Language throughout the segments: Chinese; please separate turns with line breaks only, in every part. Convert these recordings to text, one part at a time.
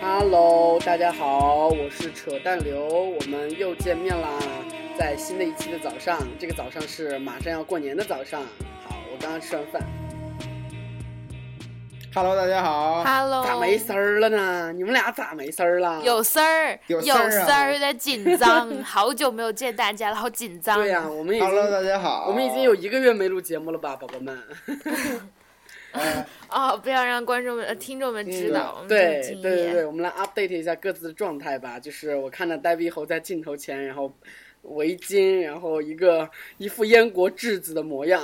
Hello，大家好，我是扯淡刘，我们又见面啦，在新的一期的早上，这个早上是马上要过年的早上。好，我刚刚吃完饭，
Hello，大家好。
Hello，
咋没声儿了呢？你们俩咋没声儿了？
有丝儿，
有
有
丝儿啊
丝儿，有点紧张， 好久没有见大家了，好紧张。
对呀、我们已经
Hello，大家好。
我们已经有一个月没录节目了吧，宝宝们？
哎
哦，不要让观众们、呃听众们知道我们
嗯对
的
对
经
对对，
验。
我们来 update 一下各自的状态吧。就是我看到呆逼猴在镜头前，然后围巾，然后一个一副燕国质子的模样。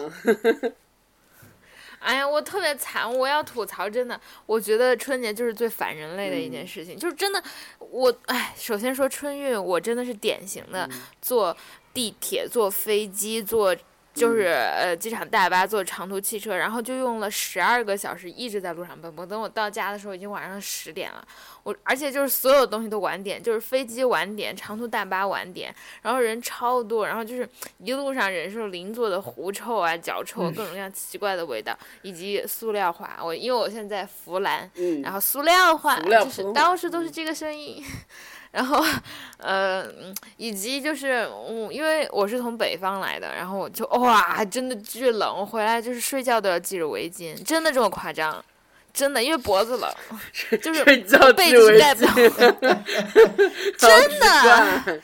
哎呀，我特别惨，我要吐槽，真的，我觉得春节就是最反人类的一件事情，就是真的，我哎，首先说春运，我真的是典型的、坐地铁、坐飞机、坐。就是呃，机场大巴坐长途汽车，然后就用了十二个小时一直在路上奔波。等我到家的时候已经晚上十点了，我而且就是所有东西都晚点，就是飞机晚点，长途大巴晚点，然后人超多，然后就是一路上忍受邻座的狐臭啊、脚臭啊、各种各样奇怪的味道，以及塑料花。我因为我现在在湖南，
嗯，
然后塑料花
塑料嗯
就
普通
是
话
到处都是这个声音， 然后呃，嗯以及就是嗯，因为我是从北方来的，然后我就哇，真的巨冷，我回来就是睡觉都要系着围巾，真的这么夸张。真的，因为脖 子冷，就是
睡觉
被
织
子
围
盖不
巾，真的。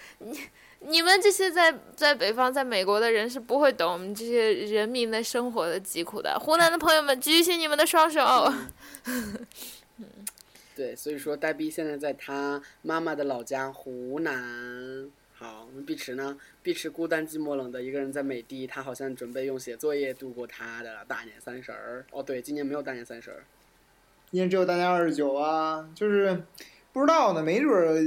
你们这些在在北方、在美国的人是不会懂我们这些人民的生活的疾苦的。湖南的朋友们，举起你们的双 手！
对，所以说呆逼现在在他妈妈的老家湖南。好，我们碧池呢？碧池孤单寂寞冷的一个人在美的，他好像准备用写作业度过他的大年三十儿。哦，对，今年没有大年三十儿。
今天只有大年二十九啊，就是不知道呢，没准儿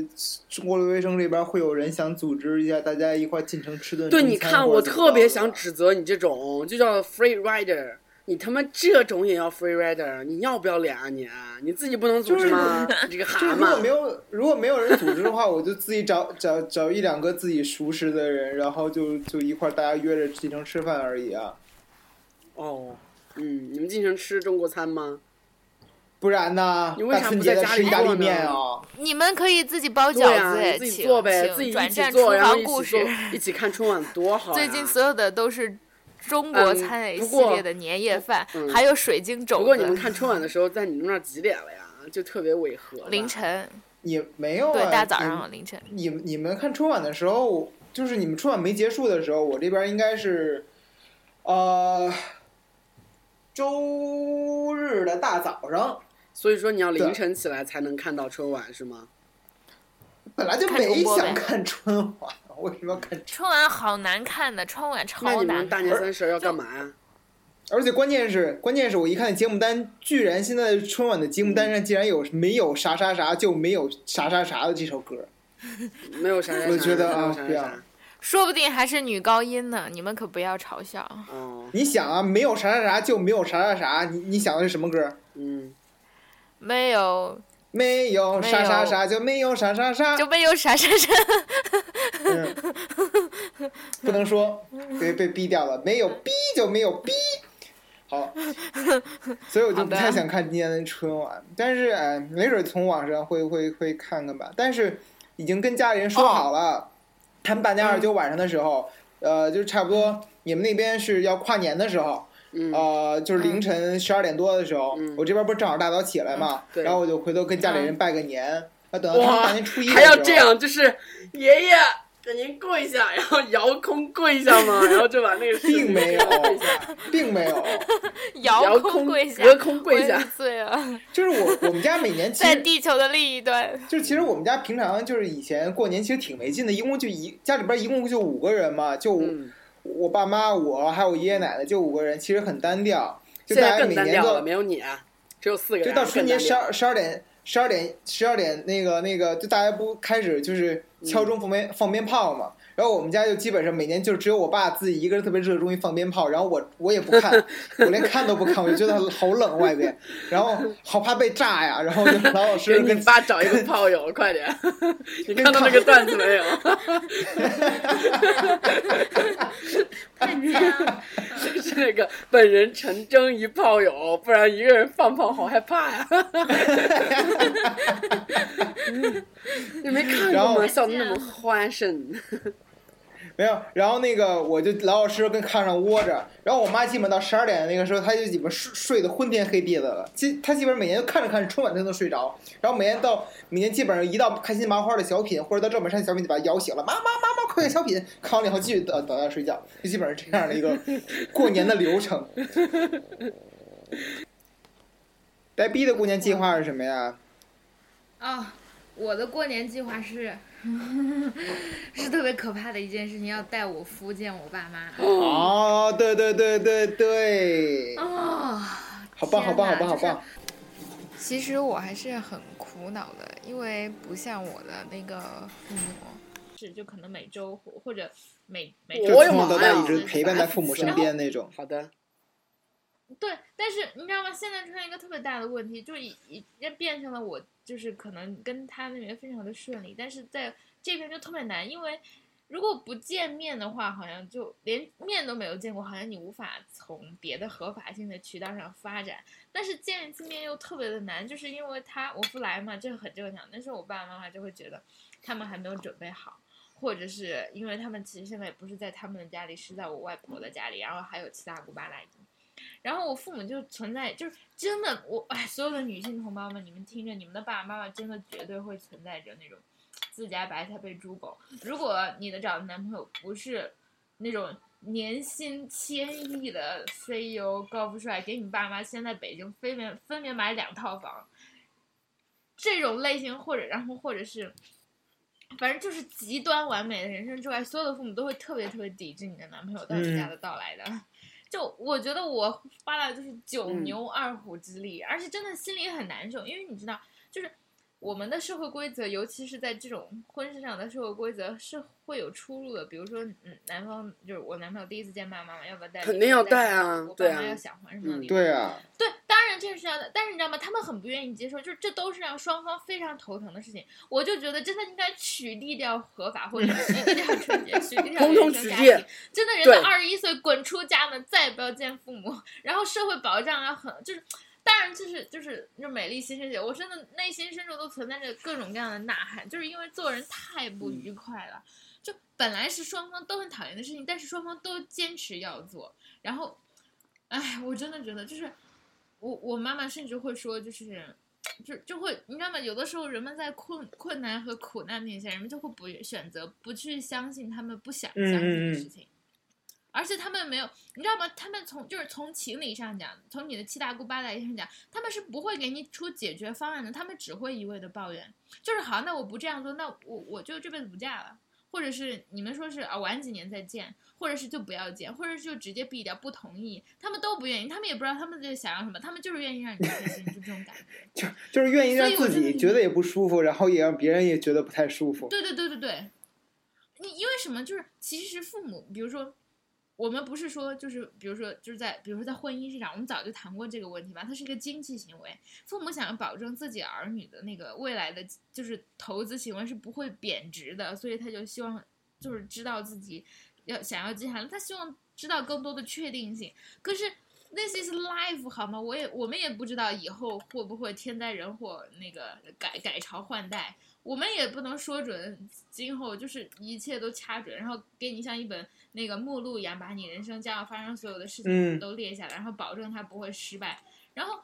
中国留学生这边会有人想组织一下，大家一块儿进城吃顿中
对，
餐。
你看，
或
我
者怎么
特别
着
想
的
指责你这种，就叫 free rider。你他妈这种也要 free rider？你要不要脸啊你啊？你自己不能组织吗？你这个
就是
蛤
如果没
蟆！
有如果没有人组织的话， 我就自己找找找一两个自己熟识的人，然后就就一块儿大家约着进城吃饭而已啊。
哦，嗯，你们进城吃中国餐吗？
不然呢
你？为
大
啥
春
不
节
在
的
家
吃
里
意大利
做呢
面啊！
你们可以自己包
对
饺
呀、
子，哎
你自己
请
做呗，
请
自己一
转
起
战
做，
厨
然后
房
一
故
起
事
做。，一起看春晚多好呀！
最近所有的都是中国
嗯
餐饮
不
系
过
列的年夜饭，
嗯
还有水晶
不
肘
过你们
子。
看春晚的时候，在你们那儿几点了呀？就特别违和吧。
凌晨，
你没有啊？
对，大早
嗯
你
上凌晨。
你们你们看春晚的时候，就是你们春晚没结束的时候，我这边应该是，呃，周日的大早上，
所以说你要凌
对
晨起来才能看到春晚是吗？
本来就
看重
没
播呗
想看春晚， 为什么要看春？
春晚好难看的，春晚
那
超
你
难啊
们大
看。
年三十要干嘛呀？
而且关键是，关键是我一看节目单，居然现在春晚的节目单上竟然有没有啥啥啥就没有啥啥啥的这首歌，
没有啥啥啥，
我觉得
没有
啊
啥
不
啥
要
啥。
说不定还是女高音呢，你们可不要嘲笑。
哦，
你想啊，没有啥啥啥就没有啥啥啥，你你想的是什么歌？
嗯，
没有
没有啥啥啥就没有啥啥啥，
就没有啥啥啥。
嗯，不能说，被被逼掉了，没有逼就没有逼。好，所以我就不太想看今年的春晚，但是哎，没准从网上会会会看看吧。但是已经跟家里人说好了，
哦
他们大年二十九晚上的时候，呃，就差不多你们那边是要跨年的时候，
嗯
呃，就是凌晨十二点多的时候，
嗯
我这边不是正好大早起来嘛，
对嗯
然后我就回头跟家里人拜个年，啊，等到他们大年初一的
还
时
要
候
这样，就是爷爷给您跪下，然后遥控跪下吗？然后就把那个视频
并没有
给跪下，
并没有，
遥
遥
控跪下，
隔空跪
我也
下
是。醉了，
就是我我们家每年 其
在
实
地球的另一端。
就是其实我们家平常就是以前过年其实挺没劲的，一共就一家里边一共就五个人嘛，就我,、
嗯，
我爸妈我还有我爷爷奶奶就五个人，其实很单调，就
现
大
在
家
更
每
单
年
调了，
都
没有你啊，只有四个人。
就到春节
更
十
单调
二十二点十二点十二点那个那个，就大家不开始就是
嗯
敲钟放鞭、放鞭炮嘛。然后我们家就基本上每年就只有我爸自己一个人特别热衷于放鞭炮，然后我我也不 看，我连看都不看，我就觉得好冷外边，然后好怕被炸呀，然后就老老实
给
实
你
跟
爸找一个炮友， 快点！你看到那个段子 没有？
太强，啊
是那个本人陈征一炮友，不然一个人放炮好害怕呀。 你没看
然
过
后
吗？笑得那么花生。
没有，然后那个我就老老实实跟炕上窝着，然后我妈基本到十二点那个时候，她就基本睡睡得昏天黑地的了。基她基本每年就看着看着，春晚她都能睡着，然后每天到每年基本上一到开心麻花的小品或者到赵本山小品就把她摇醒了，妈妈妈妈快点小品，看完了以后继续倒倒下睡觉，就基本上这样的一个过年的流程。呆逼的过年计划是什么呀？
哦，我的过年计划是， 是特别可怕的一件事情，要带我夫见我爸妈。
哦，对对对对对，
哦，
好棒好棒好
天哪
棒好
就是
棒！
其实我还是很苦恼的，因为不像我的那个父母，
是就可能每周或者每每
我
就
有
从小
妈
啊
到大
呀
一直陪伴在父母身边那种。
好的，
对，但是你知道吗？现在出现一个特别大的问题，就已已经变成了我就是可能跟他那边非常的顺利，但是在这边就特别难，因为如果不见面的话，好像就连面都没有见过，好像你无法从别的合法性的渠道上发展。但是见一次面又特别的难，就是因为他我不来嘛，这很正常。但是我爸爸妈妈就会觉得他们还没有准备好。或者是因为他们其实现在也不是在他们的家里，是在我外婆的家里，然后还有其他姑爸来然后我父母就存在，就是真的，我哎，所有的女性同胞们，你们听着，你们的爸爸妈妈真的绝对会存在着那种自家白菜被猪拱。如果你的找的男朋友不是那种年薪千亿的 CEO 高富帅，给你爸妈先在北京分别分别买两套房，这种类型，或者然后或者是。反正就是极端完美的人生之外，所有的父母都会特别特别抵制你的男朋友到你家的到来的。就我觉得我花了就是九
嗯
牛二虎之力，而且真的心里很难受，因为你知道，就是我们的社会规则，尤其是在这种婚事上的社会规则是会有出入的。比如说，嗯，男方就是我男朋友第一次见爸妈妈，要不要带礼物？
肯定要带
什么
啊
我爸
对
妈
啊
要想还什么
嗯
礼物？
对啊，
对，当然这是这样的，但是你知道吗？他们很不愿意接受，就是这都是让双方非常头疼的事情。我就觉得真的应该取缔掉合法婚，取缔掉春节，取缔掉
统统
原
取
生家
缔
庭。。真的，人
对
到二十一岁滚出家门，再也不要见父母。然后社会保障要啊很，就是，当然就是就是就美丽新世界，我真的内心深处都存在着各种各样的呐喊，就是因为做人太不
嗯
愉快了。就本来是双方都很讨厌的事情，但是双方都坚持要做，然后，哎，我真的觉得就是，我我妈妈甚至会说，就是，就就会你知道吗？有的时候人们在困困难和苦难面前，人们就会不选择不去相信他们不想
嗯
相信
嗯嗯
的事情，而且他们没有，你知道吗？他们从就是从情理上讲，从你的七大姑八大姨上讲，他们是不会给你出解决方案的，他们只会一味的抱怨，就是好，那我不这样做，那我我就这辈子不嫁了。或者是你们说是啊晚几年再见，或者是就不要见，或者是就直接避掉，不同意，他们都不愿意，他们也不知道他们在想要什么，他们就是愿意让你开心，就这种感觉。
就就是愿意让
所以我
自
真的
己觉得也不舒服，然后也让别人也觉得不太舒服。
对对对对对，你因为什么？就是其实父母，比如说，我们不是说就是，比如说就是在比如说在婚姻市场，我们早就谈过这个问题嘛，它是一个经济行为。父母想要保证自己儿女的那个未来的就是投资行为是不会贬值的，所以他就希望就是知道自己要想要积寒，他希望知道更多的确定性。可是。那些是 life 好吗？我也我们也不知道以后会不会天灾人祸，那个改改朝换代，我们也不能说准今后就是一切都掐准，然后给你像一本那个目录一样，把你人生将要发生所有的事
嗯
情都列下来，然后保证它不会失败。然后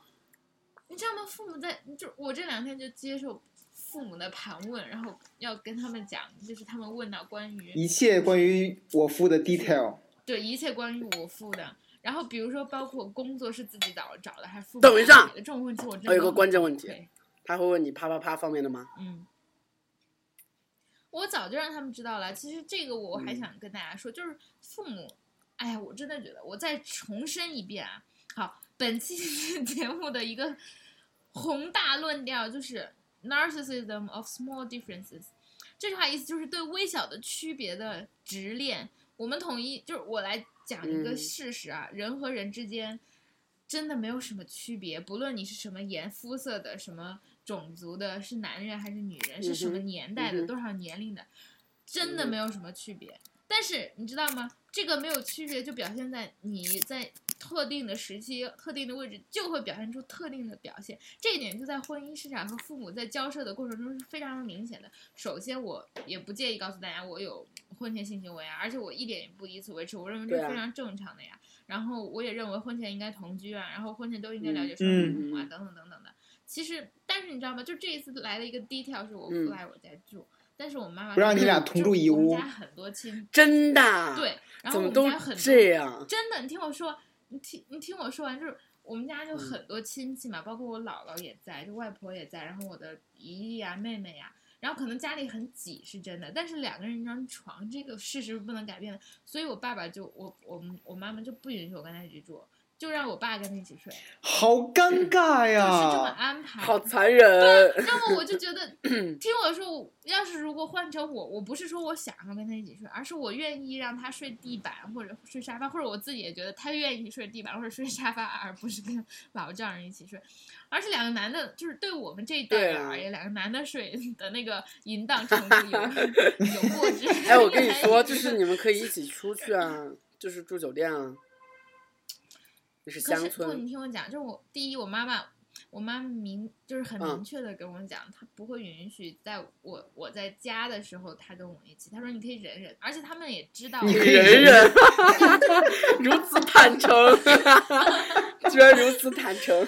你知道吗？父母在就我这两天就接受父母的盘问，然后要跟他们讲，就是他们问到关于
一切关于我夫的 detail，
对一切关于我父的。然后，比如说，包括工作是自己找找的还是父母
等一下
给的这种问题，我真的
我有个关键问
对
题，他会问你啪啪啪方便的吗？
嗯，我早就让他们知道了。其实这个我还
嗯
想跟大家说，就是父母，哎呀，我真的觉得，我再重申一遍啊。好，本期 节目的一个宏大论调就是 narcissism of small differences。这句话意思就是对微小的区别的执恋。我们统一就是我来讲一个
嗯
事实啊，人和人之间真的没有什么区别，不论你是什么颜肤色的、什么种族的，是男人还是女人，是什么
嗯哼
年代
嗯
的、
哼
多少年龄的，真的
嗯
没有什么区别。但是你知道吗？这个没有区别就表现在你在特定的时期、特定的位置，就会表现出特定的表现。这一点就在婚姻市场和父母在交涉的过程中是非常明显的。首先，我也不介意告诉大家我有婚前性行为啊，而且我一点也不以此为耻，我认为这
对啊
是非常正常的呀。然后我也认为婚前应该同居啊，然后婚前都应该了解
嗯
双方父
嗯
母啊，
嗯
等等等等的。其实，但是你知道吗？就这一次来了一个 detail 是我
嗯
不来我家住，但是我妈妈
不让
就
你俩
是
同
就
住一
我们
屋
家很多亲
真的，，啊
对，然
怎
后
么
我们
都
家很多
这样？
真的，你听我说，你听你听我说完，就是我们家就很多亲戚嘛，包括我姥姥也在，就外婆也在，然后我的姨姨啊、妹妹呀、然后可能家里很挤是真的，但是两个人一张床这个事实是不能改变的，所以我爸爸就我我们我妈妈就不允许我跟他一起住，就让我爸跟他一起睡，
好尴尬
就是这么
呀！
安排。
好残忍，
那么我就 觉得，
嗯
听我说，我要是如果换成我，我不是说我想要跟他一起睡，而是我愿意让他睡地板或者睡沙发，或者我自己也觉得他愿意睡地板或者睡沙发，而不是跟老丈人一起睡。而是两个男的，就是对我们这一代
对
人
啊
而言，两个男的睡的那个淫荡程度 有有过之。
哎，我跟你说，就是你们可以一起出去啊，就是住酒店啊，那是
可
乡
是不，
村
你听我讲，就是我第一，我妈妈，我妈妈明就是很
嗯
明确的跟我讲，她不会允许在我我在家的时候，她跟我一起。她说你可以忍忍，而且他们也知道，
你可以
人 人如此坦诚， 居然如此坦诚，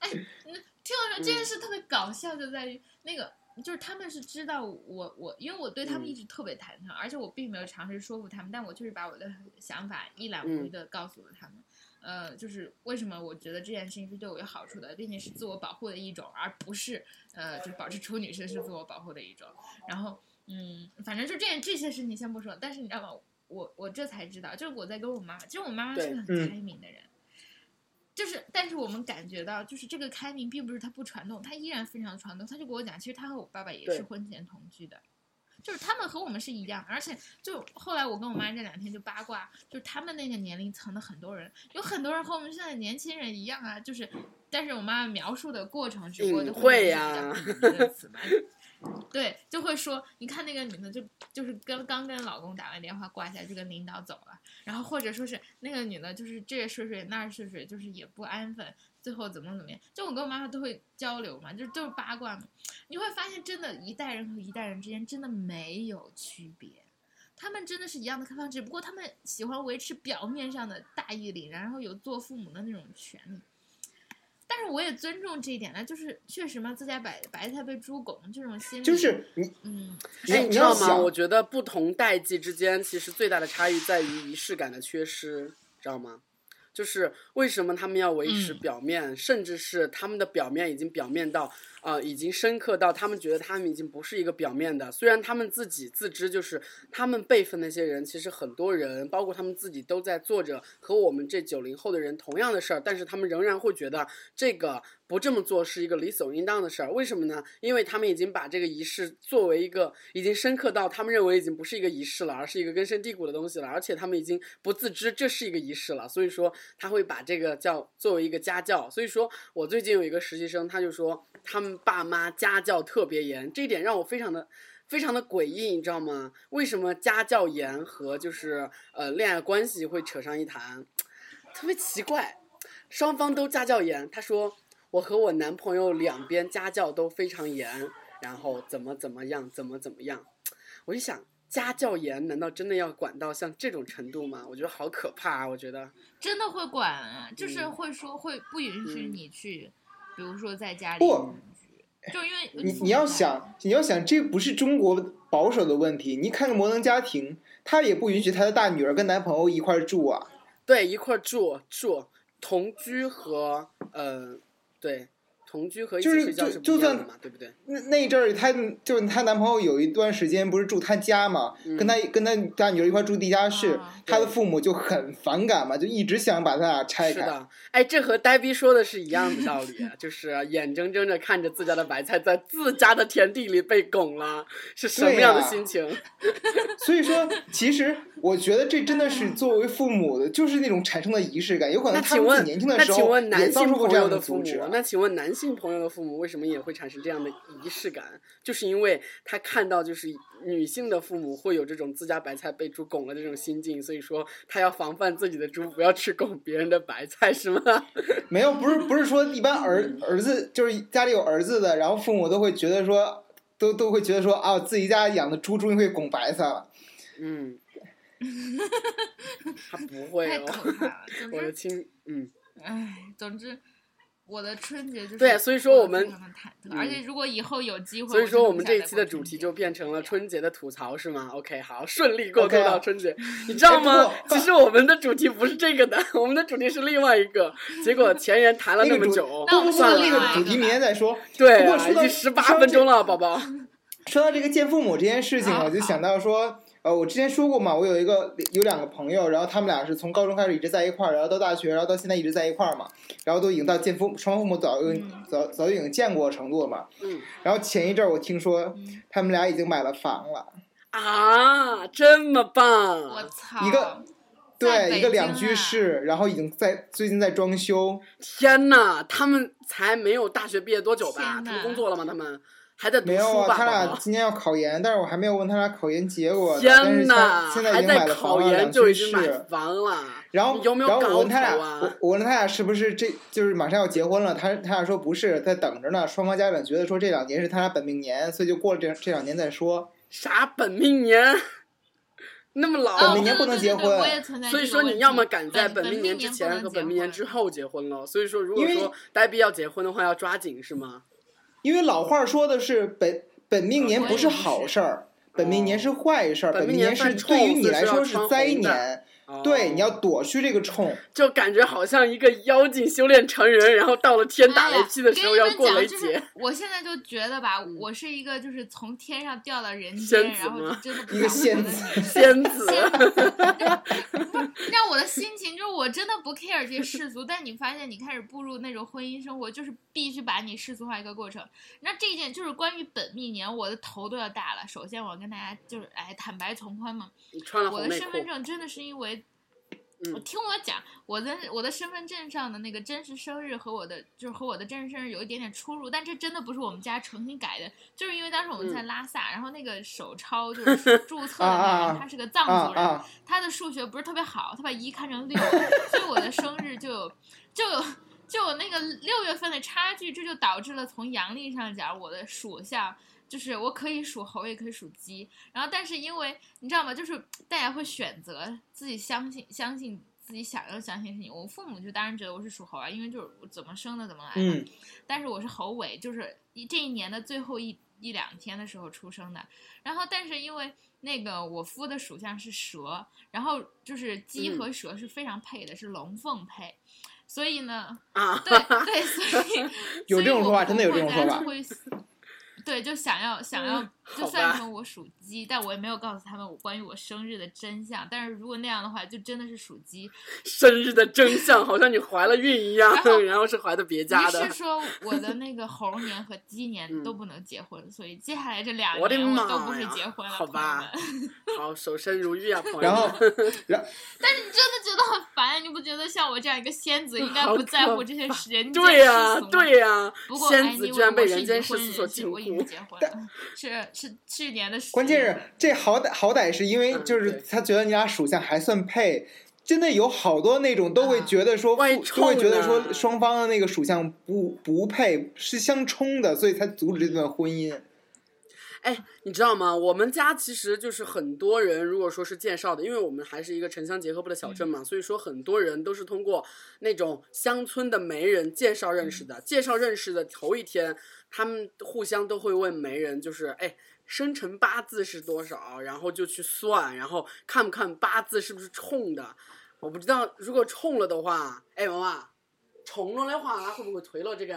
听我说这件事特别搞笑，就在于那个。就是他们是知道我我，因为我对他们
嗯
一直特别坦诚，而且我并没有尝试说服他们，但我确实把我的想法一览无余的告诉了他们。呃，就是为什么我觉得这件事情是对我有好处的，并且是自我保护的一种，而不是呃，就是保持处女身是自我保护的一种。然后，嗯，反正就这这些事情先不说，但是你知道吗？我我这才知道，就是我在跟我妈妈，就是我妈妈是
对
个很
嗯
开明的人，就是但是我们感觉到，就是这个开明并不是她不传统，她依然非常传统。她就跟我讲，其实她和我爸爸也
对
是婚前同居的，就是他们和我们是一样，而且就后来我跟我妈这两天就八卦，就是他们那个年龄层的很多人，有很多人和我们现在年轻人一样啊，就是，但是我妈妈描述的过程只不过就
隐晦啊
呀、
呀
的词嘛，对，就会说，你看那个女的就就是跟刚跟老公打完电话挂下就跟领导走了，然后或者说是那个女的，就是这儿睡睡那儿睡睡，就是也不安分，最后怎么怎么样，就我跟我妈妈都会交流嘛，就都是八卦嘛，你会发现真的，一代人和一代人之间真的没有区别。他们真的是一样的开放，只不过他们喜欢维持表面上的大义凛然，然后有做父母的那种权利。但是我也尊重这一点呢，就是确实嘛，自家白白菜被猪拱这种心理，
就是你
嗯，
你
哎，
要
你
你
知
要
道吗？
想
我，觉得不同代际之间，其实最大的差异在于仪式感的缺失，知道吗？就是为什么他们要维持
嗯
表面，甚至是他们的表面已经表面到，呃，已经深刻到他们觉得他们已经不是一个表面的。虽然他们自己自知，就是他们辈分那些人，其实很多人，包括他们自己，都在做着和我们这九零后的人同样的事儿，但是他们仍然会觉得这个不这么做是一个理所应当的事儿。为什么呢？因为他们已经把这个仪式作为一个已经深刻到他们认为已经不是一个仪式了，而是一个根深蒂固的东西了，而且他们已经不自知这是一个仪式了，所以说他会把这个叫作为一个家教。所以说我最近有一个实习生，他就说他们爸妈家教特别严，这一点让我非常的。非常的诡异，你知道吗？为什么家教严和就是呃恋爱关系会扯上一谈，特别奇怪。双方都家教严，他说我和我男朋友两边家教都非常严，然后怎么怎么样，怎么怎么样。我就想，家教严难道真的要管到像这种程度吗？我觉得好可怕啊！我觉得，
真的会管啊，就是
嗯
会说会不允许
嗯
你去，比如说在家里
不
同居，就因为
你
父
你
母
要
管
想，你要想，这不是中国保守的问题。你看个《摩登家庭》，他也不允许他的大女儿跟男朋友一块儿住啊。
对，一块儿住住同居和呃，对，同居和一起
就是
睡觉
就是
不
就
一样的
算
嘛，对不对？
那那一阵儿，她就是她男朋友有一段时间不是住她家嘛，跟她跟她大女儿一块儿住地下室
啊，
她的
嗯对
父母就很反感嘛，就一直想把他俩拆
是
开。
的，哎，这和呆逼说的是一样的道理，啊就是眼睁睁的看着自家的白菜在自家的田地里被拱了，是什么
对啊
样的
呀
心情？
所以说，其实我觉得这真的是作为父母的，就是那种产生的仪式感。有可
那
能他
请
们自己
问，
年轻的
那
时
请
候
问
也
男
遭
性
受过
朋
这样
友
的
父
阻
母
止啊。，
那请问男性朋友的父母为什么也会产生这样的仪式感？就是因为他看到就是女性的父母会有这种自家白菜被猪拱了这种心境，所以说他要防范自己的猪不要吃拱别人的白菜，是吗？
没有，不是不是说一般 儿儿子就是家里有儿子的，然后父母都会觉得说，都都会觉得说啊，自己家养的猪终于会拱白菜了。
嗯， 他不会
太
哦
可，怕了。 总
我的
之，
亲，嗯，
唉，总之，我的春节就是
对所以说我
过得
们嗯
非常的忐忑，而且如果以后有机会，
所以说
真的
我
不
们
想
这一
再
期
过
的主
春
题
节
就变成了春节的吐槽，是吗？OK，好，顺利过渡
OK 啊
到春 节。你知道
哎
吗
不？过
其实我们的主题不是这个的，我们的主题是另外一个。结果前言谈了
那
那么
个主，
久，
那我们
不
算
过
另
那
外
了，
个
一
主
个
题
吧
明天再说。
对
不过
啊，
说
已
到
经十八分钟了，宝宝。
说到这个见父母这件事情，
啊
我就想到说，呃，我之前说过嘛，我有一个有两个朋友，然后他们俩是从高中开始一直在一块儿，然后到大学，然后到现在一直在一块儿嘛，然后都已经到见父双方父母早就早早就已经见过程度了嘛。
嗯。
然后前一阵儿我听说他们俩已经买了房了，
啊，这么
我
棒！
操，
一个
在
对，
北
一个两
京
居
啊
室，然后已经在最近在装修，
天呐，他们才没有大学毕业多久吧？
天
他
呐
们工作了吗？他们还在读
没有
嗯书
啊，
吧？
他
宝
俩
宝。
今年要考研，但是我还没有问他俩考研结果呢。但
天
是他
呐，
现在已
还
经买
在
了
考
房了，
研
两
就
居
已经买
室。
房了，
然后
你，有没有
然
搞
后我问
头
他俩，
啊
我？我问他俩是不是这就是马上要结婚了？他他俩说不是，在等着呢。双方家长觉得说这两年是他俩本命年，所以就过了这这两年再说。
啥本命年？ 那么老，
哦，
本命年
对
不能
对
结
对对
婚
我也存在
所以
这个
说
问
你要
题
么赶在
本
本命
年
年之
不
前
能
和
结
本命年
婚
之后结婚喽。所以说，如果
因为
说呆逼要结婚的话，要抓紧是吗？
因为老话说的是本本命年不是好事儿，本命年是坏事儿，
哦本
本
命
命
年
年
犯
是
冲
对于你
所以
来
是要
说是
穿
灾
红的
年，
哦
对，你要躲去这个冲。
就感觉好像一个妖精修炼成人，然后到了天打
哎
雷
呀
劈的时候要过雷
跟你们讲，
劫
就是。我现在就觉得吧，我是一个就是从天上掉到人间，
仙子
然后
吗
就真的不
一个
想
仙
活的
子
女人。
仙子，
让我的心情就是我真的不 care 这些世俗，但你发现你开始步入那种婚姻生活，就是必须把你世俗化一个过程。那这一件就是关于本命年，我的头都要大了。首先我跟大家就是哎坦白从宽嘛，
你穿了
我
红
的
内
身份
裤，
证真的是因为
嗯，
我听我讲，我的我的身份证上的那个真实生日和我的就是和我的真实生日有一点点出入，但这真的不是我们家诚心改的，就是因为当时我们
嗯
在拉萨，然后那个手抄就是 注册的那个
啊啊
人，他是个藏
啊
族人，
啊！
他的数学不是特别好，他把一看成六， 所以我的生日就有就有就有那个六月份的差距，这就导致了从阳历上讲，我的属相就是我可以属猴，也可以属鸡。然后，但是因为你知道吗，就是大家会选择自己相信相信自己想要相信的事情。我父母就当然觉得我是属猴啊，因为就是我怎么生的怎么来的。
嗯，
但是我是猴尾，就是一这一年的最后一一两天的时候出生的。然后，但是因为那个我夫的属相是蛇，然后就是鸡
嗯
和蛇是非常配的，是龙凤配，所以 呢，
啊，
对对，所以
有
所以
这种
我
说法
婆
真的有
婆
这种
家
说法嗯
就会对，就想要想要，就
好
算
吧
成我属鸡，但我也没有告诉他们我关于我生日的真相。但是如果那样的话，就真的是属鸡。
生日的真相好像你怀了孕一样
然后，
然后是怀的 别家的
于是。说我的那个猴年和鸡
嗯
年都不能结婚，所以接下来这两
我的
年
妈
我
呀！
都不会结婚了，
好吧
朋友们，
好，守身如玉啊，朋友们。
然后
但是你真的觉得很烦，你不觉得像我这样一个仙子应该
好
不在
可
乎这些人间
对
世
呀、
俗吗
对呀、
不过哎
仙子
anyway，
居然被
我是
人
已
间世
婚
俗
人
所
士
禁
我已经
锢。
结婚了，是是去年的十月份。
关键是这好歹好歹是因为
嗯
就是
对
他觉得你俩属相还算配，真的有好多那种都会
啊
觉得说
万一
父都会觉得
冲啊呢
说双方的那个属相不不配是相冲的，所以才阻止这段婚姻。
嗯哎，你知道吗？我们家其实就是很多人，如果说是介绍的，因为我们还是一个城乡结合部的
嗯
小镇嘛，所以说很多人都是通过那种乡村的媒人介绍认
嗯
识的。介绍认识的头一天，他们互相都会问媒人，就是哎。生辰八字是多少？然后就去算，然后看不看八字是不是冲的。我不知道，如果冲了的话，哎，妈妈，冲了的话会不会锤了？这个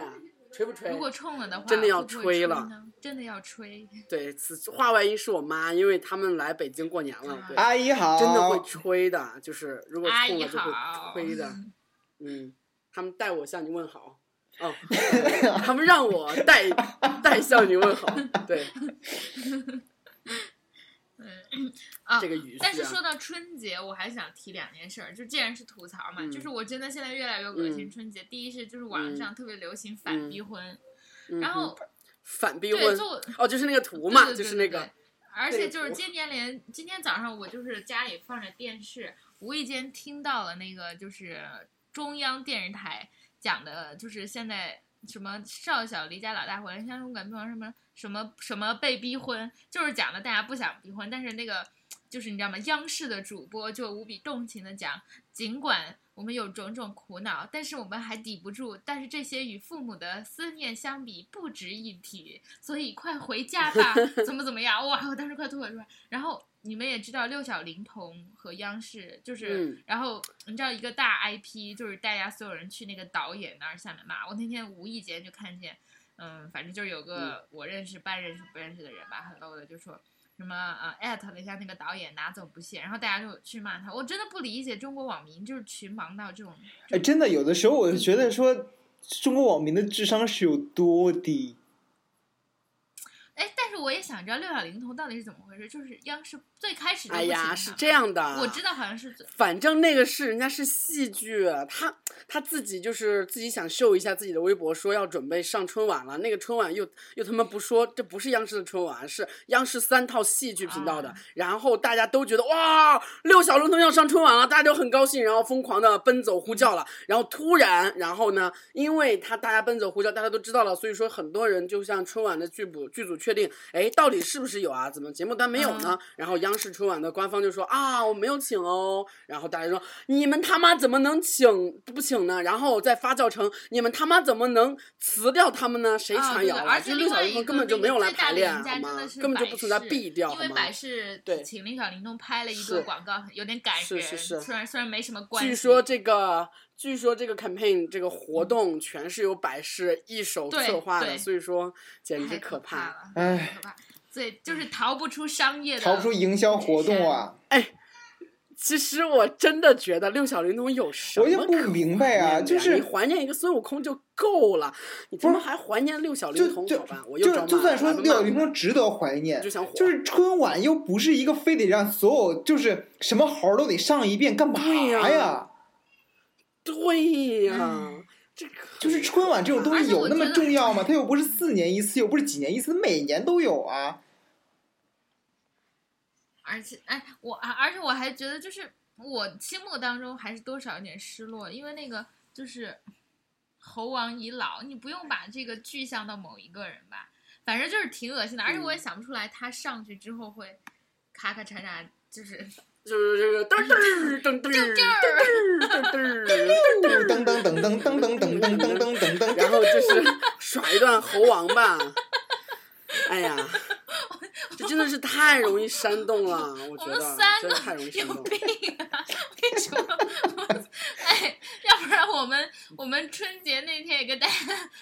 锤不锤？
如果冲了的话，
真的要
会不
吹
会吹
了
呢，真的要吹。
对，此话外音是我妈，因为他们来北京过年了，对，
阿姨好，
真的会吹的，就是如果
阿
冲
姨
了就会
哎好
吹的，嗯，他们代我向你问好，哦，他们让我代代向你问好，对，
嗯啊
这，个语序、啊。
但是说到春节，我还想提两件事儿，就既然是吐槽嘛，
嗯
就是我真的现在越来越恶心
嗯
春节。第一是就是网上特别流行反逼婚，
嗯
然后
哼反逼
对
婚
就
哦，就是那个图嘛，
对对对
就是那
对
个哎
对而
那
且
个
就是
图
今年连今天早上我就是家里放着电视，无意间听到了那个就是中央电视台讲的，就是现在什么少小离家老大回来乡勇敢变什么什么什么被逼婚，就是讲的大家不想逼婚，但是那个就是你知道吗？央视的主播就无比动情的讲，尽管。我们有种种苦恼，但是我们还抵不住。但是这些与父母的思念相比，不值一提。所以快回家吧，怎么怎么样？哇，我当时快吐了出来。然后你们也知道，六小龄童和央视就是，
嗯
然后你知道一个大 IP，就是大家所有人去那个导演那儿下面骂。我那天无意间就看见，嗯，反正就是有个我认识、半认识、不认识的人吧，很 low 的就说。什么呃，艾特了一下那个导演，拿走不谢，然后大家就去骂他。我真的不理解中国网民就是群盲到这种
哎，真的，有的时候我就觉得说，中国网民的智商是有多低？
哎，但是我也想知道六小龄童到底是怎么回事，就是央视最开始就
哎
不
呀，
请
是
他
这样的，
我知道好像是最
反正那个是人家是戏剧，他他自己就是自己想秀一下自己的微博，说要准备上春晚了。那个春晚又又他妈不说，这不是央视的春晚，是央视三套戏剧频道的。
啊
然后大家都觉得哇，六小龄童要上春晚了，大家都很高兴，然后疯狂的奔走呼叫了。然后突然，然后呢，因为他大家奔走呼叫，大家都知道了，所以说很多人就像春晚的剧组剧组确定，哎，到底是不是有啊？怎么节目单没有
嗯
呢？然后央视春晚的官方就说啊，我没有请哦。然后大家说你们他妈怎么能请不请呢？然后再发酵成你们他妈怎么能辞掉他们呢？谁
啊
传
对
谣
的
啊？
而且
就六
另
小
外
龄
一
童
个
根本就
那
没
个
有来
最大
排
的
练
赢家
好
真
吗
的？是
根本就
百
不存在
事
B 调
因
好
为
吗
百？事
对
请李小龄童拍了一
是
个广告，有点感人，
是是是
虽然虽然没什么关系。
据说这个，据说这个 campaign 这个活动全是由百事一手
对
策划的，
对
所以说简直
太
可
可
怕。
了，太
哎，
可怕。所以就是逃不出商业的，
逃不出营销活动啊！
其实我真的觉得六小龄童有什么
我
可
就
怀
不
念的呀？
明白啊，就
你
是
怀念一个孙悟空就够了，你他妈
不
还怀念六小龄
就
童？
就
好吧，我又
就
找
就算说六小龄
童，
童值得怀念
就，想火，
就是春晚又不是一个非得让所有就是什么猴儿都得上一遍，干嘛
对呀
呀？
对呀、
嗯
这个
就是春晚这种东
而
西
且我
有那么
觉得
重要吗？它又不是四年一次，又不是几年一次，每年都有啊。
而且哎，我啊，而且我还觉得就是我心目当中还是多少有点失落，因为那个就是猴王已老，你不用把这个具象到某一个人吧，反正就是挺恶心的，而且
嗯
我也想不出来他上去之后会咔咔嚓嚓，就是
就是这个噔噔噔噔噔噔噔噔噔噔。
噔噔噔噔噔噔噔噔噔噔噔噔，
然后就是耍一段猴王吧。哎呀，这真的是太容易煽动了，我觉
我们
得
三
真的太容易
个
煽
有
动了。
病啊！为什么？哎，要不然我们我们春节那天也跟大家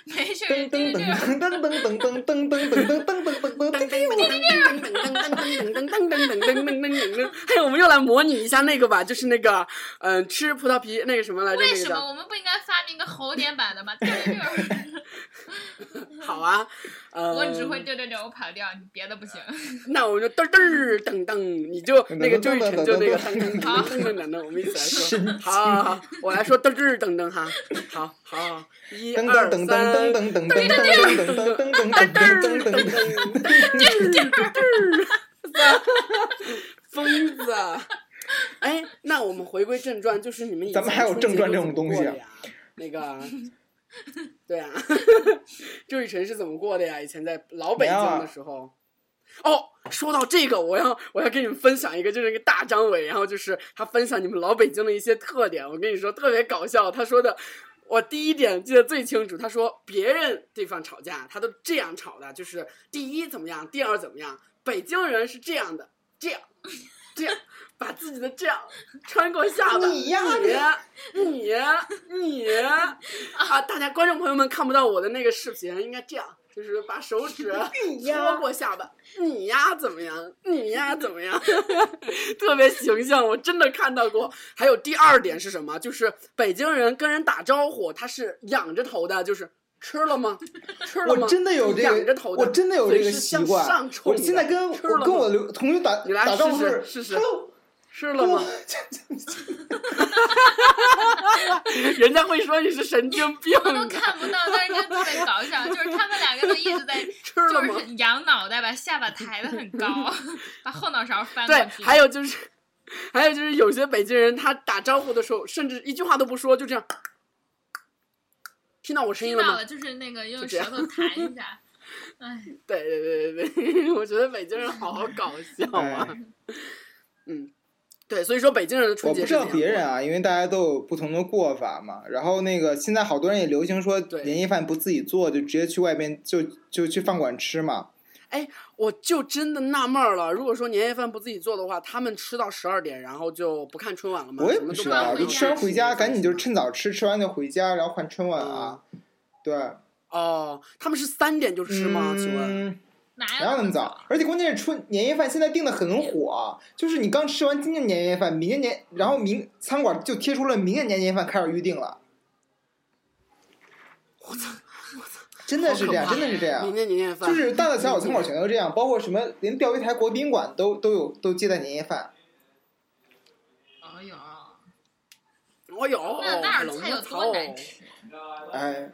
没事儿
噔
丢
噔
丢
噔噔噔噔噔噔噔噔噔噔噔噔噔噔。
哎，我们又来模拟一下那个吧，就是那个，嗯，吃葡萄皮那个什么来着？
为
那个
什么
叫
我们不应该发明个猴年版的吗？丢丢 丢！
好啊，呃，
我只会丢丢丢，我跑调，你别的不
呃
行。
那我们就噔噔噔噔，你就那个周雨晨就那个噔噔噔噔噔噔，我们一起来说。好，好，好，我来说噔噔噔噔哈。好，好，一
噔
二
噔
三，
噔噔噔
噔
噔噔噔噔噔噔噔噔噔噔噔噔。
噔噔噔，疯子。哎，那我们回归正传，就是你们
咱们还有正传这种东西啊
呀？那个，对啊，周雨晨是怎么过的呀？以前在老北京的时候。哦，说到这个，我要我要跟你们分享一个，就是一个大张伟，然后就是他分享你们老北京的一些特点。我跟你说，特别搞笑。他说的，我第一点记得最清楚。他说别人地方吵架，他都这样吵的，就是第一怎么样，第二怎么样。北京人是这样的，这样，这样，把自己的这样穿过下巴。
你呀
你你 你啊！大家观众朋友们看不到我的那个视频，应该这样，就是把手指 搓过下巴。你呀怎么样？你呀怎么样？ 特别形象，我真的看到过。还有第二点是什么？就是北京人跟人打招呼，他是仰着头的，就是吃了吗？吃了吗？
我真的有这
你仰着
个
头，的
我真的有这个
嘴是
习
向
惯
上。冲
我
的
现在跟
吃了
我
吗
跟我留同学打
你来
打招呼
试试
是
试试
“hello”，
吃了 吗？ 人家会说你是神经病，
我都看不到，但是就特别搞笑，就是他们两个都一直 在，
吃了
就
吗？
是仰脑袋，把下巴抬得很高，把后脑勺翻过
对，
去。
还有就是，还有就是，有些北京人他打招呼的时候，甚至一句话都不说，就这样。听到我声音
听
了
到
吗
了，？就是那个
就
用
这
舌
样
头弹一下。
对对对对对， 我觉得北京人好搞笑啊。
哎
嗯，对，所以说北京人的春
我
节
不
是
知道
这样
别
过
人
的，
啊，因为大家都有不同的过法嘛。然后那个现在好多人也流行说
对
年夜饭不自己做，就直接去外边就就去饭馆吃嘛。
我就真的纳闷儿了。如果说年夜饭不自己做的话，他们吃到十二点，然后就不看春晚了吗？
我也
什么
不
都
知
看
道，
回
就
家
吃完回家赶紧就
吃
趁早吃，吃完就回家，然后换春晚啊。对，
哦。他嗯们是三点就吃吗？请问
嗯，
哪有
哪有那么早？？而且关键是春年夜饭现在定的很火，啊就是你刚吃完今年年夜饭，明年年，然后明餐馆就贴出了明年年夜饭开始预定了。我操！真的是这样，
好可
真
怕
的是这样
明，天年夜饭
就是大大小 小餐馆全都这样，包括什么连钓鱼台国宾馆都都有都接待年夜饭。
哦哟，
我有
那那儿
冷
菜有
槽
多
哦
难吃？啊
哎，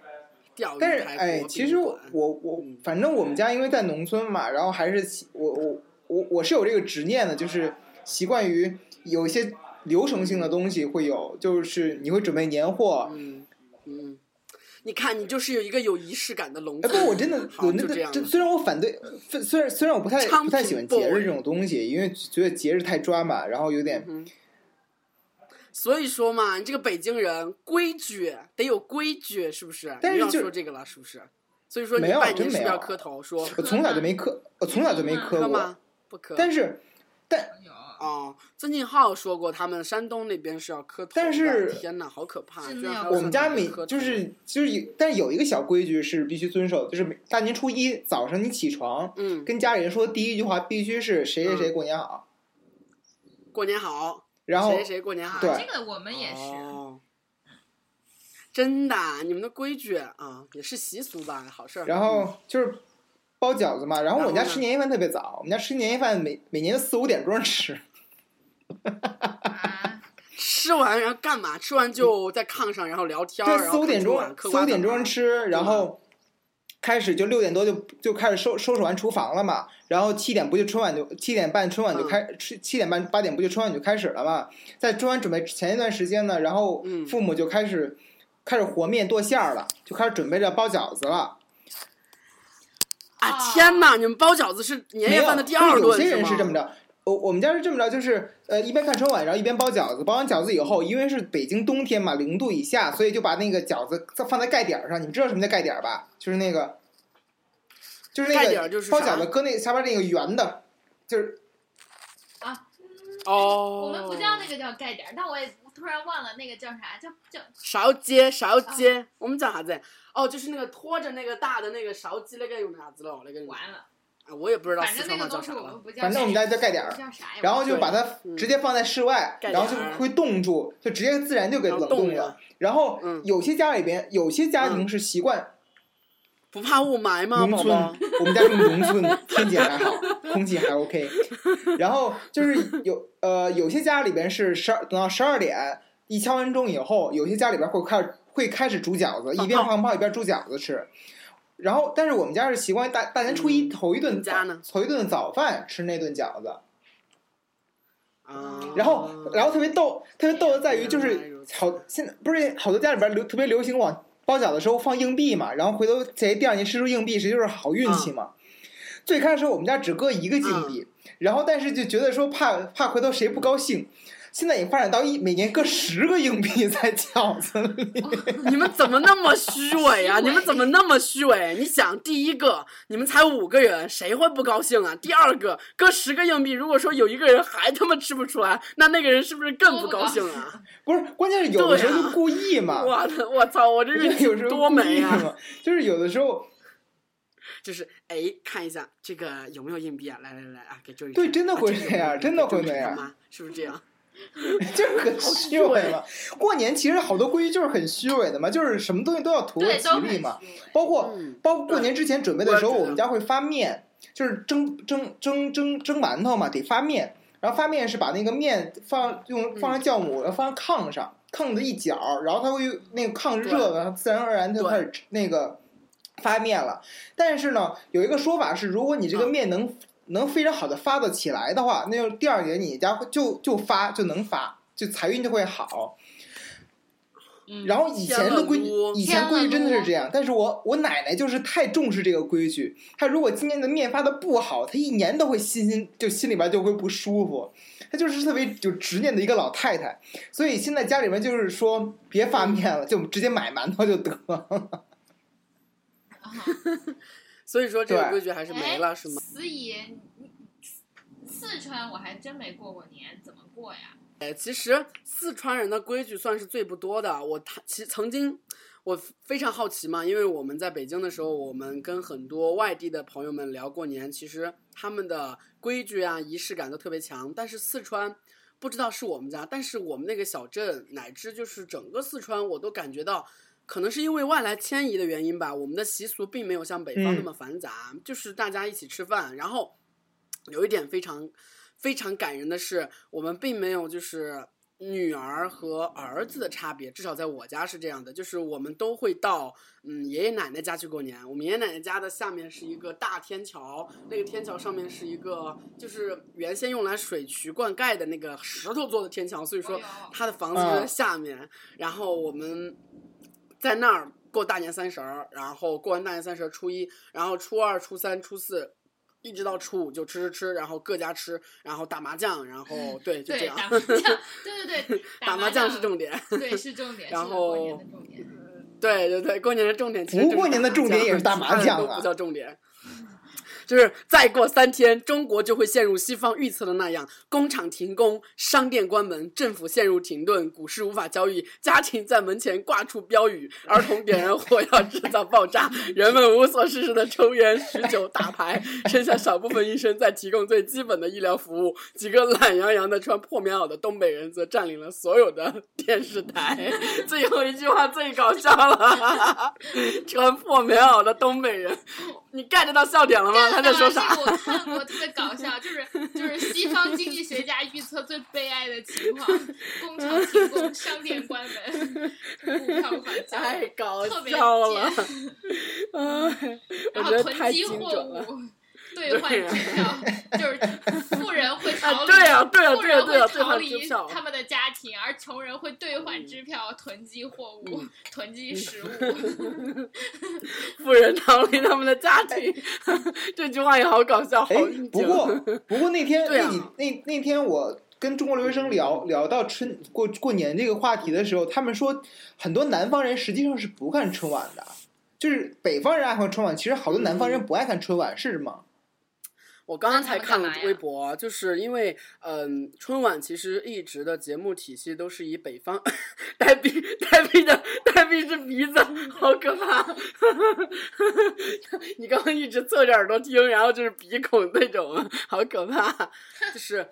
钓鱼
但是
台
哎，
国
其
宾
实我
馆嗯
我我反正我们家因为在农村嘛，然后还是习我我我我是有这个执念的，就是习惯于有一些流程性的东西会有，就是你会准备年货。
嗯，嗯，你看，你就是有一个有仪式感的龙。
哎，不，我真的，
好
我那
就这
个
样
真，
吧
虽然我反对，虽虽然虽然我不太
昌
不太
平
喜欢节日
boy
这种东西，因为觉得节日太抓嘛，然后有点
所以说嘛，你这个北京人规矩得有规矩，是不是？
但是
你又
就
要说这个了，是不是？所以说你
没有
拜年
真
是不
没
是
有
要磕头？说
我从小就没磕，我从小就没磕
磕
过。
吗？不磕。
但是
哦，曾庆浩说过，他们山东那边是要磕头的。
但是
天哪，好可怕！
真
居
的
然
要
还有
我们家
山东人
每
磕头
就是就是有，但是有一个小规矩是必须遵守，就是每大年初一早上你起床，
嗯，
跟家里人说第一句话必须是谁谁谁过年好，
过年好，
然后
谁谁过年好，
对
啊这个我们也是。
哦真的啊，你们的规矩啊，也是习俗吧，好事儿。
然后就是包饺子嘛，然后
然
我
后
们家
呢
吃年夜饭特别早，我们家吃年夜饭每每年四五点钟吃，
啊，
吃完然后干嘛？吃完就在炕上，然后聊天儿。
对，
然
四
后
五
看
点
春
钟
哦晚嗑
四
瓜
五
子
点钟
儿
吃，然后开始就六点多就就开始收收拾完厨房了嘛，然后七点不就春晚就七点半春晚
嗯
就开七、七点半八点不就春晚就开始了嘛，在春晚准备前一段时间呢，然后
嗯
父母就开始、开始和面剁馅儿了，就开始准备着包饺子了。
啊！天哪，你们包饺子是年夜饭的第二
没有
顿
就是有些人
吗
是这么着。我我们家是这么着，就是呃，一边看春晚，然后一边包饺子。包完饺子以后，因为是北京冬天嘛，零度以下，所以就把那个饺子放在盖点儿上。你们知道什么叫盖点儿吧？就是那个，就是那
盖点儿
个
就是啥
包饺子搁那下边那个圆的，就是
哦。
我们不叫那个叫盖点儿，但我也突然忘了那个叫啥，叫叫
勺接勺接，我们叫啥子？哦，就是那个拖着那个大的那个勺接那个用啥子了？那个用
完了。
啊，我也不知道
反
四
正
川
那
话
个
叫
东
啥
西我
了
们。不叫，
反正我们家叫盖点
不
儿。
叫啥呀？
然后就把它
对嗯
直接放在室外，
盖点儿
然后就会冻住，就直接自然就给冷冻
冻
了
了。
然后
嗯
有些家里边，有些家庭是习惯
不怕雾霾吗，
农
宝
村
宝？，
我们家住农村，天气还好，空气还 OK。然后就是有呃，有些家里边是十二，等到十二点一敲完钟以后，有些家里边会开始会开始煮饺子，一边
放炮
放炮一边煮饺子吃。然后，但是我们家是习惯大大年初
嗯
一头一顿
你
早
家呢
头一顿早饭吃那顿饺子，
啊，
然后然后特别逗，特别逗的在于就
原来
是
如此
好现在不是好多家里边流特别流行往包饺子的时候放硬币嘛，然后回头谁第二年吃出硬币，谁就是好运气
嗯
嘛。最开始我们家只搁一个硬币，然后但是就觉得说怕怕回头谁不高兴，现在也发展到一每年搁十个硬币在饺子里。
你们怎么那么 虚伪呀、
虚伪
你们怎么那么虚伪？啊你想，第一个你们才五个人，谁会不高兴啊？第二个，搁十个硬币，如果说有一个人还他妈吃不出来，那那个人是不是更不高兴 啊？
不是，关键是有的时候
对
就
啊
故意嘛，
我的，我操，我这运气
有时候
多啊
故
没
意
呀、
嘛，就是有的时候
就是哎，看一下这个有没有硬币啊？来来来啊，给周宇看
对真的
啊
会
这个
那
有
样
没有
真的会
给周宇
那
看
样
吗？是不是这样？
就是很虚伪嘛。过年其实好多规矩就是很虚伪的嘛，就是什么东西都要图个
对，
吉
都很
利嘛。
虚伪
包括
嗯
包括过年之前准备的时候，
我知道
我们家会发面，就是蒸蒸蒸蒸蒸馒头嘛，得发面。然后发面是把那个面放
嗯
用放上酵母，然后放上炕上，炕的一角，然后它会那个炕热了，它自然而然就
对
开始那个发面了。但是呢，有一个说法是，如果你这个面能、能非常好的发得起来的话，那就第二年你家会就就发就能发，就财运就会好。
嗯
然后以前的规矩，以前规矩真的是这样，但是我我奶奶就是太重视这个规矩，她如果今年的面发的不好，她一年都会心心就心里边就会不舒服，她就是特别有执念的一个老太太，所以现在家里面就是说别发面了，就直接买馒头就得了。
所以说这个
对
规矩还是没了，是吗？
四爷，哎你你四川我还真没过过年，怎么过呀？
哎，其实四川人的规矩算是最不多的。我他其曾经我非常好奇嘛，因为我们在北京的时候，我们跟很多外地的朋友们聊过年，其实他们的规矩啊、仪式感都特别强。但是四川不知道是我们家，但是我们那个小镇乃至就是整个四川，我都感觉到。可能是因为外来迁移的原因吧，我们的习俗并没有像北方那么繁杂，就是大家一起吃饭。然后有一点非常非常感人的是，我们并没有就是女儿和儿子的差别，至少在我家是这样的，就是我们都会到嗯爷爷奶奶家去过年。我们爷爷奶奶家的下面是一个大天桥，那个天桥上面是一个就是原先用来水渠灌溉的那个石头做的天桥，所以说
哎呦
他的房子就在下面。然后我们在那儿过大年三十儿，然后过完大年三十儿初一，然后初二、初三、初四。一直到初五就吃吃吃，然后各家吃，然后打麻将， 然后对就这
对，
样。
打 麻将，对对对，
打麻
麻
将是重点，
对，是 重点，
然
是过年
后嗯
的重点。
对对对，过年的重点其实
不
就是
过年的
打
重点也是打
其
麻
他的
将
都
啊
不叫重点。就是再过三天，中国就会陷入西方预测的那样：工厂停工，商店关门，政府陷入停顿，股市无法交易，家庭在门前挂出标语，儿童点燃火药制造爆炸，人们无所事事的抽烟、酗酒、打牌，剩下少部分医生在提供最基本的医疗服务，几个懒洋洋的穿破棉袄的东北人则占领了所有的电视台。最后一句话最搞笑了，穿破棉袄的东北人，你 get 到笑点了吗？他在说啥？
这个我 看过，特别搞笑，就是就是西方经济学家预测最悲哀的情况：工厂停工，商店关门，股票无法 交
太
易，
搞
特别
笑了，
贱，
哎我觉
然后
得
囤
太
积
精
货
准了。
物。兑换支票，就是富人会逃
啊，
离，
对呀、对呀、
富
对呀、
人
对呀、
会
对
逃
换支
离
票，
他们的家庭，而穷人会兑换支票、囤积货物、囤积食物。
富人逃离他们的家庭，这句话也好搞笑， 好
哎
应，
不
景
过不过那 天
对
那
啊
几那那天我跟中国留学生聊聊到春过过年这个话题的时候，他们说很多南方人实际上是不看春晚的，就是北方人爱看春晚，其实好多南
嗯
方人不爱看春晚，是吗？
我刚刚
那他
才
们
看
干
了
嘛呀
微博，啊就是因为嗯，春晚其实一直的节目体系都是以北方呆逼呆逼的呆逼是鼻子，好可怕！ 你刚刚一直侧着耳朵听，然后就是鼻孔那种，好可怕！就是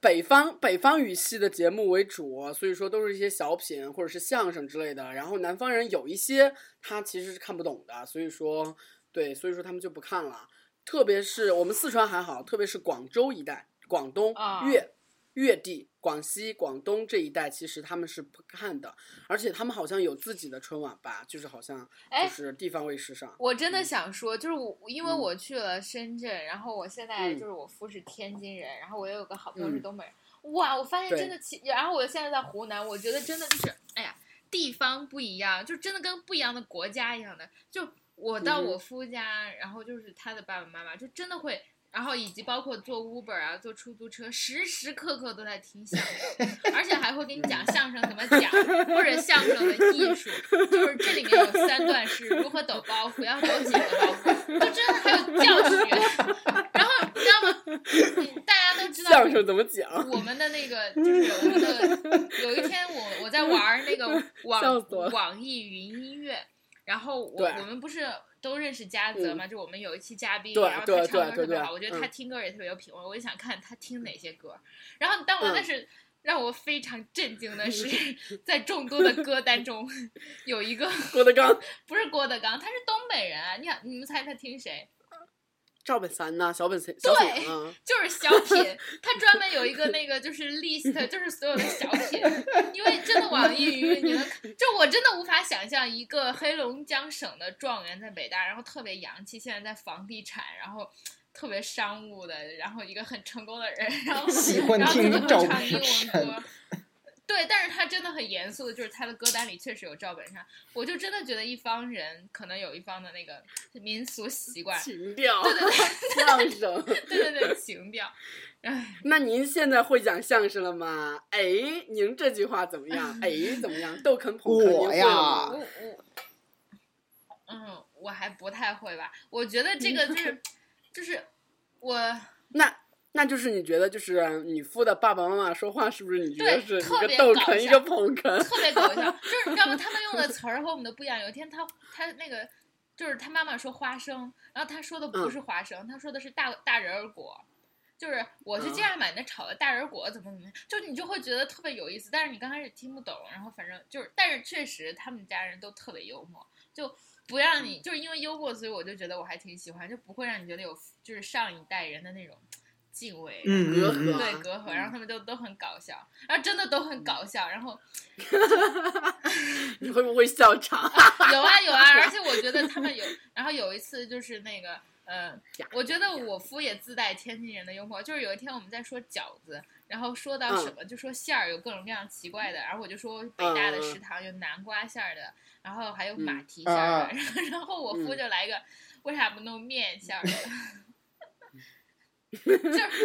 北方北方语系的节目为主，所以说都是一些小品或者是相声之类的。然后南方人有一些他其实是看不懂的，所以说对，所以说他们就不看了。特别是我们四川还好，特别是广州一带、广东、
啊
粤粤地、广西、广东这一带，其实他们是不看的，而且他们好像有自己的春晚吧，就是好像
哎
就是地方卫视上。
我真
的
想说，就是我
因
为
为
嗯
我
我
去了深圳，然后我现在
嗯
就是我夫是天津人，然后我也有个好朋
朋
友
友
是
是
东
东
北
北
人
人，
哇，我发现
现
对
真的其，然后我现在在湖南，我觉得真的就是，哎呀，
地方不一样，就真的跟不一样的国家一样的。就我到
嗯哼
我夫家，然后就是他的爸爸妈妈，就真的会，然后以及包括坐 Uber 啊，坐出租车，时时刻刻都在听相 声，而且还会给你讲相声怎么讲，或者相声的艺术。就是这里面有三段是如何抖包袱，要抖几个包袱，就真的还有教学。 然后你知道吗？嗯大家都知道
相声怎么讲？
我们的那个就是有一个，有一天我我在玩儿那个
笑
网
死我了
网易云音乐，然后我
对嗯
我们不是都认识嘉泽嘛？就我们有一期嘉宾，
对
然后他
对
唱歌
对
特别
对
好，
对
我觉得他
嗯
听歌也特别有品味，我就想看他听哪些歌。然后但我
嗯
但是让我非常震惊 的是，在众多的歌单中， 有一个
郭德纲、
不是郭德纲，他是东北人啊！你想，你们猜他听谁？
赵本山呐、小本山、小品啊，
就是小 品，他专门有一个那个就是 list，就是所有的小品。因为真的网易云，你能就我真的无法想象一个黑龙江省的状元在北大，然后特别洋气，现在在房地产，然后特别商务的，然后一个很成功的人，然 后
喜欢
然后
听
可能
赵
会唱
本
英
山
文歌。对，但是他真的很严肃的，就是他的歌单里确实有赵本山，我就真的觉得一方人可能有一方的那个民俗习 惯，
情调、相声。
对对对，情调。哎，
那您现在会讲相声了吗？哎，您这句话怎么样？哎，怎么样？逗哏捧哏，您
我
会
呀
了
我
吗
我，嗯，我还不太会吧？我觉得这个就是就是我
那那就是你觉得，就是你父的爸爸妈妈说话，是不是你觉得
对
是一
特
个
别
逗
搞
哏，一
笑
个捧哏？
特别搞笑， 就是你知道吗？他们用的词儿和我们的不一样。有一天他他那个就是他妈妈说花生，然后他说的
嗯
不是花生，他说的是大大仁儿果。就是我
嗯
去街上买那炒的大仁儿果，怎么怎么样，就你就会觉得特别有意思，但是你刚开始听不懂，然后反正就是，但是确实他们家人都特别幽默，就不让
嗯
你就是因为幽默，所以我就觉得我还挺喜欢，就不会让你觉得有就是上一代人的那种敬畏，
嗯
隔
嗯
阂
嗯，
对
啊
隔阂，
嗯
然后他们就都很搞笑，然后真的都很
嗯
搞笑，然后
你会不会笑场？
有啊有啊，而且我觉得他们有，然后有一次就是那个，呃，我觉得我夫也自带天津人的幽默，就是有一天我们在说饺子，然后说到什么、就说馅儿有各种各样奇怪的，然后我就说北大的食堂有南瓜馅儿的，然后还有马蹄馅儿的， 然后我夫就来一个、为啥不弄面馅儿的？ 就是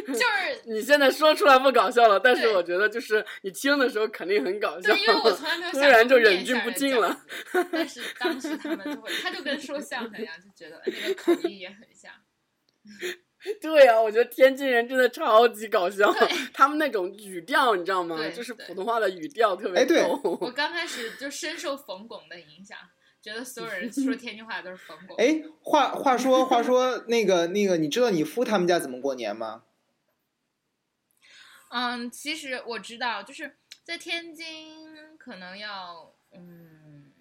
就是
你现在说出来不搞笑了，但是
对
我觉得就是你听的时候肯定很搞笑
对，。因为我从来没有
突
想过
然就
面
忍俊
相
不
的
禁
角
了
色。但是当时他们就会，他就跟说相声一样，就觉得那个口音也很像。
对呀、我觉得天津人真的超级搞笑
对，
他们那种语调你知道吗？
对
就是
对
普通话的语调特别
哎对
我
逗。
刚开始就深受冯巩的影响，觉得所有人说天津话都是冯巩。
哎，话话说话说那个那个，你知道你夫他们家怎么过年吗？
嗯，其实我知道，就是在天津可能要嗯，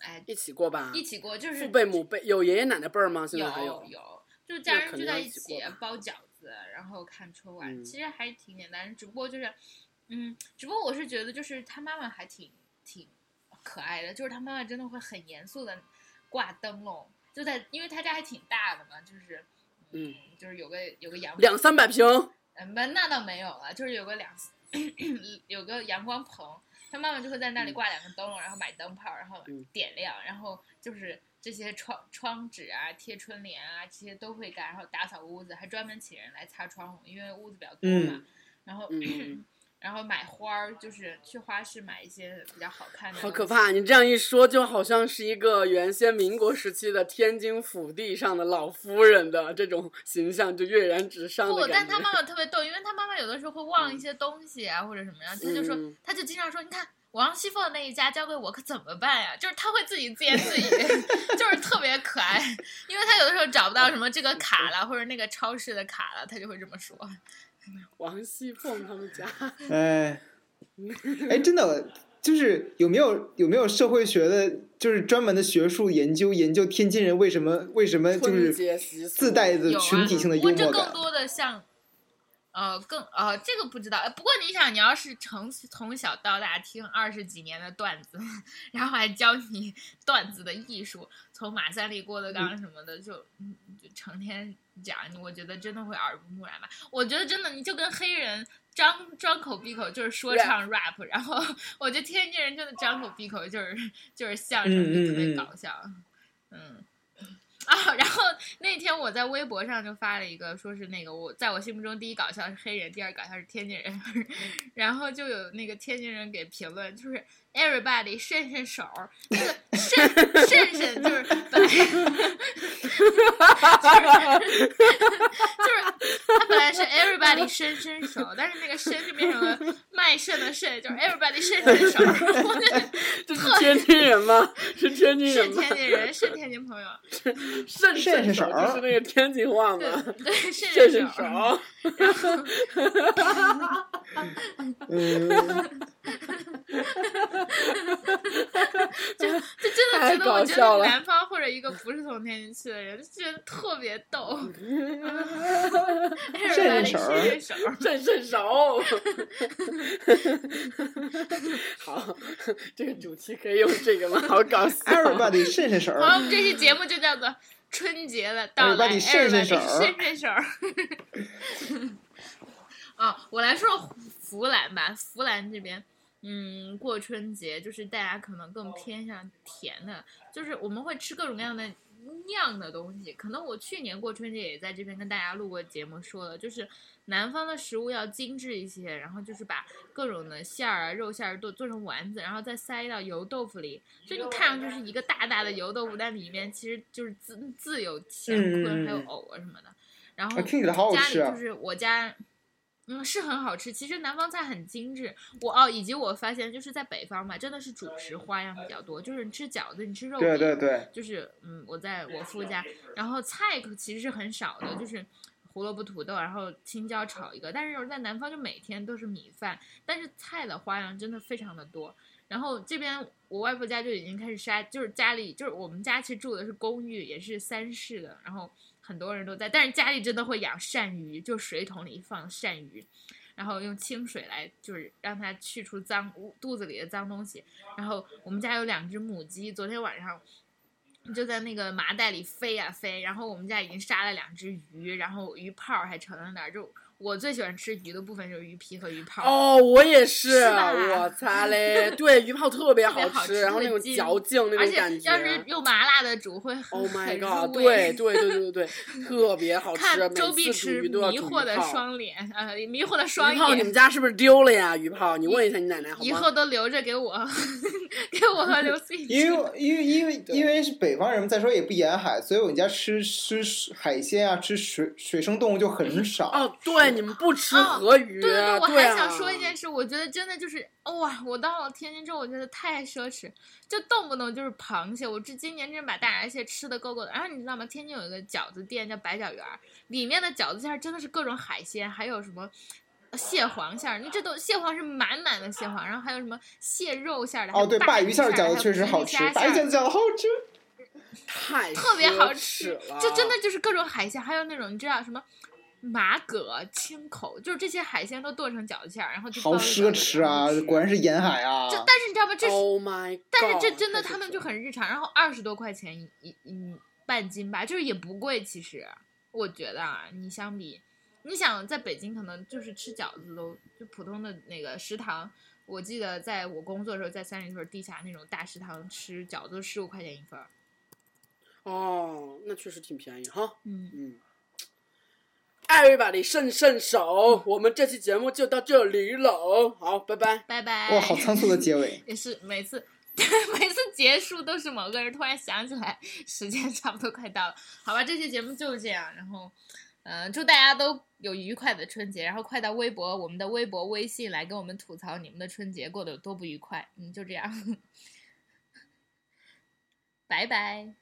哎，
一起过吧，
一起过就是
父辈母辈有爷爷奶奶辈儿吗？现在还
有
有
就是家
那
人
肯
聚
定要
在
一起
起
过吧
包饺子，然后看春晚，
嗯
其实还挺简单，只不过就是，嗯，只不过我是觉得就是他妈妈还挺挺可爱的，就是他妈妈真的会很严肃的挂灯笼，就在因为他家还挺大的嘛，就是
嗯，
就是有个有个阳光
两三百平，
嗯，不，那倒没有了，就是有个两 有个阳光棚，他妈妈就会在那里挂两个灯笼，然后买灯泡，然后
嗯
点亮，然后就是这些窗窗纸啊、贴春联啊，这些都会干，然后打扫屋子，还专门请人来擦窗户，因为屋子比较多嘛。
嗯
然后，
嗯
然后买花儿，就是去花市买一些比较好看的。
好可！怕！你这样一说，就好像是一个原先民国时期的天津府地上的老夫人的这种形象就跃然纸上
不
的，
但
感觉。
他妈妈特别逗，因为他妈妈有的时候会忘一些东西啊，或者什么呀，他就说，
嗯
他就经常说，你看王熙凤那一家交给我可怎么办呀？就是他会自己自言自语， 就是特别可爱。因为他有的时候找不
嗯
到什么这个卡了，或者那个超市的卡了，他就会这么说。
王熙凤他们家，
哎，哎，真的，就是有没有有没有社会学的，就是专门的学术研究研究天津人为什么为什么就
春
是
节习俗
自 带的
有啊，
群体性的
不过
幽
这
默
更
感？
多的像，呃，更呃，这个不知道。呃不过你想，你要是从从小到大听二十几年的段子，然后还教你段子的艺术，从马三立、郭德纲什么的，就嗯就成天讲，我觉得真的会耳濡目染吧。我觉得真的，你就跟黑人。张张口闭口就是说唱 rap，然后我觉得天津人真的张口闭口就是就是相声，
嗯嗯
就特别
嗯
搞笑，嗯啊，然后那天我在微博上就发了一个，说是那个我在我心目中第一搞笑是黑人，第二搞笑是天津人， 然后就有那个天津人给评论，就是 everybody 伸伸手儿，这个伸慎慎慎，就是本来就是他本来是 everybody 伸伸手，但是那个伸就变成了卖肾的肾，就是 everybody 伸伸 手。我就
这是天津人吗？是天津人
是
吗？
天津人，是天津朋友，
甚
甚
甚
手
手就是那个天津话
对
吗？
对，是
甚
手
甚。手，
嗯，
就真的
太
觉得，
搞
我觉
笑
得
了
南方或者一个不是从天津去的人，就觉得特别逗。
这
这
手儿
这手 儿，
甚甚 手。好，这个主题可以用这个吗？好搞笑。
everybody 伸伸手儿，
好，我们这期节目就叫做春节的到来
Everybody 伸伸手
，everybody 伸伸手儿。 啊，我来说说湖南吧，湖南这边，嗯，过春节就是大家可能更偏向甜的，就是我们会吃各种各样的酿的东西。可能我去年过春节也在这边跟大家录过节目，说了，就是南方的食物要精致一些，然后就是把各种的馅儿啊、肉馅儿都做成丸子，然后再塞到油豆腐里，就你看上去是一个大大的油豆腐，但里面其实就是自自有乾
嗯嗯
坤，
嗯
还有藕啊什么的。然后
啊听起来好好
家
吃啊
里就是我家，嗯，是很好吃。其实南方菜很精致，我哦，以及我发现就是在北方吧，真的是主食花样比较多，就是你吃饺子，你吃肉
对
饼，
对对，
就是嗯，我在我夫家，然后菜可其实是很少的，就是胡萝卜、土豆，然后青椒炒一个。但是我在南方就每天都是米饭，但是菜的花样真的非常的多。然后这边我外婆家就已经开始筛，就是家里就是我们家其实住的是公寓，也是三室的，然后很多人都在，但是家里真的会养鳝鱼，就水桶里放鳝鱼，然后用清水来就是让它去除脏污肚子里的脏东西。然后我们家有两只母鸡，昨天晚上就在那个麻袋里飞呀、飞，然后我们家已经杀了两只鱼，然后鱼泡还盛了点儿。就我最喜欢吃鱼的部分就是鱼皮和鱼泡。
哦，我也是，
是吧
我擦 嘞！对，鱼泡特别
特别
好
好
吃，
吃
然后那种
会筋
嚼劲那
而
种
且
感觉。
要是用麻辣的煮，会很
Oh my
很
god！
入
对
味。
对对对对对，特别好吃。
看
每
周
次
碧
煮
池
鱼都要
迷
煮
惑
鱼
的
泡
双脸，呃，迷惑的双
鱼泡，你们
眼，
家是不是丢了呀？鱼泡，你问一下你奶奶好
以
吗？
后都留着给我， 给我和 刘思雨
因
吃。
为因为因为因为是北方人，再说也不沿海，所以我们家吃吃海鲜啊，吃水水生动物就很少。
哦，对，你们不吃
哦
河鱼，
对对对，我
对
还想
啊
说一件事，我觉得真的就是哇，我到了天津之后，我觉得太奢侈，就动不动就是螃蟹。我这今年真把大闸蟹吃的够够的。然后你知道吗？天津有一个饺子店叫白饺园儿，里面的饺子馅儿真的是各种海鲜，还有什么。蟹黄馅儿，你这都蟹黄是满满的蟹黄，然后还有什么蟹肉馅儿的？还
哦，
有
对，
鲅
鲅鱼馅儿饺子确实好吃，鲅
馅
鱼馅儿饺子好吃。
太
特别
奢
好
侈
吃
了，
就真的就是各种海鲜，还有那种你知道什么马蛤、青口，就是这些海鲜都剁成饺子馅儿，然后就
好
包一
奢
包
侈
然
啊
后吃！
果然是沿海啊！
这但是你知道吗？这是、
Oh my！
但是
God，
这真的
太
他
奢
们
侈
就
了
很日常，然后二十多块钱一一一半斤吧，就是也不贵，其实我觉得啊，你相比你想在北京可能就是吃饺子都就普通的那个食堂。我记得在我工作的时候，在三里屯地下那种大食堂吃饺子十五块钱一份儿，
哦，那确实挺便宜哈。
嗯，
嗯，everybody 伸伸手，我们这期节目就到这里喽。好，拜拜。
拜拜。。
哇，好仓促的结尾
也是每次 每次结束都是某个人突然想起来，时间差不多快到了，好吧，这期节目就是这样，然后。嗯，祝大家都有愉快的春节，然后快到微博，我们的微博、微信来跟我们吐槽你们的春节 过得有多不愉快。嗯，就这样，拜拜。